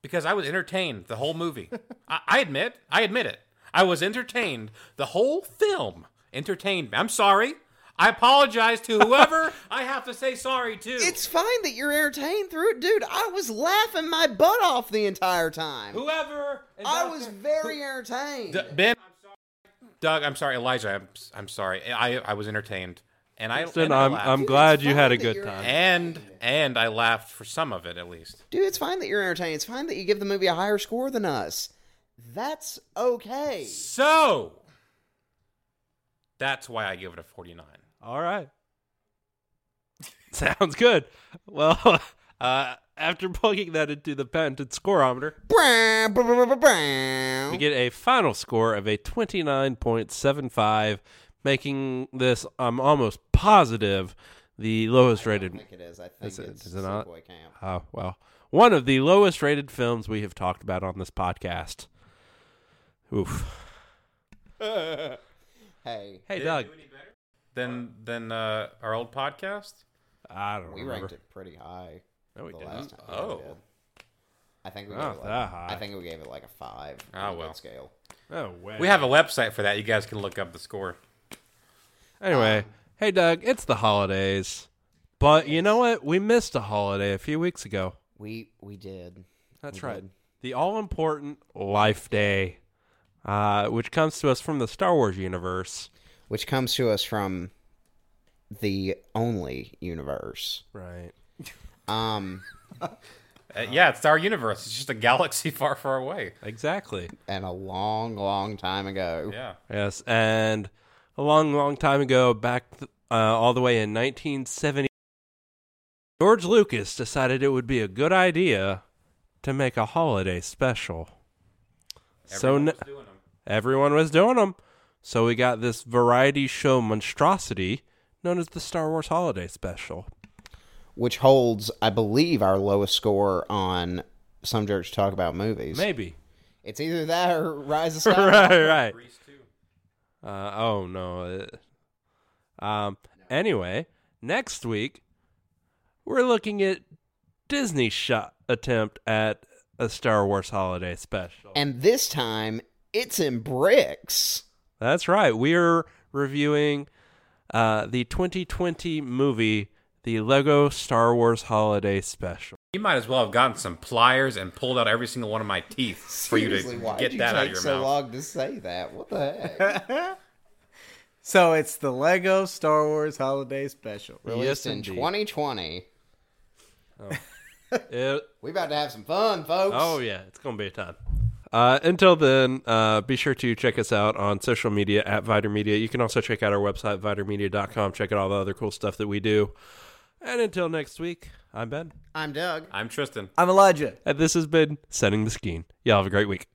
Speaker 3: because I was entertained the whole movie. I, I admit, I admit it. I was entertained the whole film. Entertained. me. I'm sorry. I apologize to whoever I have to say sorry to.
Speaker 2: It's fine that you're entertained through it, dude. I was laughing my butt off the entire time.
Speaker 3: whoever. is
Speaker 2: I
Speaker 3: out
Speaker 2: was
Speaker 3: there-
Speaker 2: very entertained.
Speaker 3: D- Ben. I'm sorry. Doug, I'm sorry. Elijah, I'm I'm sorry. I I was entertained, and I
Speaker 1: Tristan,
Speaker 3: and I
Speaker 1: I'm,
Speaker 3: laughed.
Speaker 1: I'm glad you had a
Speaker 2: fine that
Speaker 1: good
Speaker 2: you're-
Speaker 1: time.
Speaker 3: and and I laughed for some of it at least.
Speaker 2: Dude, it's fine that you're entertained. It's fine that you give the movie a higher score than us. That's okay.
Speaker 3: So that's why I give it a 49.
Speaker 1: All right. Sounds good. Well, uh, after plugging that into the patented scoreometer,
Speaker 2: Brown, brown, brown, brown,
Speaker 1: we
Speaker 2: brown.
Speaker 1: get a final score of a 29.75, making this, I'm almost positive, the lowest rated.
Speaker 2: I think it is. I think
Speaker 1: Is it-
Speaker 2: it's
Speaker 1: is it not?
Speaker 2: Sleepaway Camp.
Speaker 1: Oh, well, one of the lowest rated films we have talked about on this podcast. Oof.
Speaker 2: Hey,
Speaker 1: Hey, Doug.
Speaker 3: than than uh, our old podcast.
Speaker 1: I don't
Speaker 2: we
Speaker 1: remember.
Speaker 2: ranked it pretty high.
Speaker 1: No, we
Speaker 2: the
Speaker 1: didn't.
Speaker 2: last time. Yeah, we
Speaker 3: Oh.
Speaker 2: did. I think we gave
Speaker 1: Not
Speaker 2: it
Speaker 1: that
Speaker 2: like,
Speaker 1: high.
Speaker 2: I think we gave it like a five.
Speaker 3: Ah,
Speaker 2: on
Speaker 3: well.
Speaker 2: that Scale.
Speaker 1: Oh, way.
Speaker 3: We have a website for that. You guys can look up the score.
Speaker 1: Anyway, hey Doug, it's the holidays. But you know what? We missed a holiday a few weeks ago.
Speaker 2: We we did.
Speaker 1: That's
Speaker 2: We
Speaker 1: right.
Speaker 2: did.
Speaker 1: The all important Life Day, uh, which comes to us from the Star Wars universe.
Speaker 2: Which comes to us from the only universe.
Speaker 1: Right.
Speaker 2: Um,
Speaker 3: Uh,
Speaker 2: Uh-huh.
Speaker 3: yeah, it's our universe. It's just a galaxy far, far away.
Speaker 1: Exactly.
Speaker 2: and a long, long time ago.
Speaker 3: Yeah,
Speaker 1: Yes. And a long, long time ago, back th- uh, all the way in 1970, George Lucas decided it would be a good idea to make a holiday special.
Speaker 3: Everyone
Speaker 1: so n-
Speaker 3: was doing 'em.
Speaker 1: Everyone was doing them. So we got this variety show monstrosity known as the Star Wars Holiday Special.
Speaker 2: Which holds, I believe, our lowest score on some jerks talk about movies.
Speaker 1: Maybe.
Speaker 2: It's either that or Rise of Skywalker.
Speaker 1: right, right. Uh, oh, no. Uh, Um, anyway, next week, we're looking at Disney's shot attempt at a Star Wars Holiday Special.
Speaker 2: And this time, it's in bricks.
Speaker 1: That's right. We're reviewing uh, the 2020 movie, the Lego Star Wars Holiday Special.
Speaker 3: You might as well have gotten some pliers and pulled out every single one of my teeth for you
Speaker 2: Seriously,
Speaker 3: to
Speaker 2: why
Speaker 3: get
Speaker 2: did
Speaker 3: that
Speaker 2: you
Speaker 3: out
Speaker 2: take
Speaker 3: of your
Speaker 2: so
Speaker 3: mouth.
Speaker 2: long to say that? What the heck?
Speaker 4: So it's the Lego Star Wars Holiday Special.
Speaker 2: Released
Speaker 1: Yes,
Speaker 2: in
Speaker 1: indeed.
Speaker 2: 2020.
Speaker 1: It-
Speaker 2: We about to have some fun, folks.
Speaker 1: oh yeah, it's gonna be a time. Uh, until then, uh, be sure to check us out on social media at Viter Media. You can also check out our website, vitermedia.com. Check out all the other cool stuff that we do. And until next week, I'm Ben.
Speaker 2: I'm Doug.
Speaker 3: I'm Tristan.
Speaker 4: I'm Elijah.
Speaker 1: And this has been Setting the Skein. Y'all have a great week.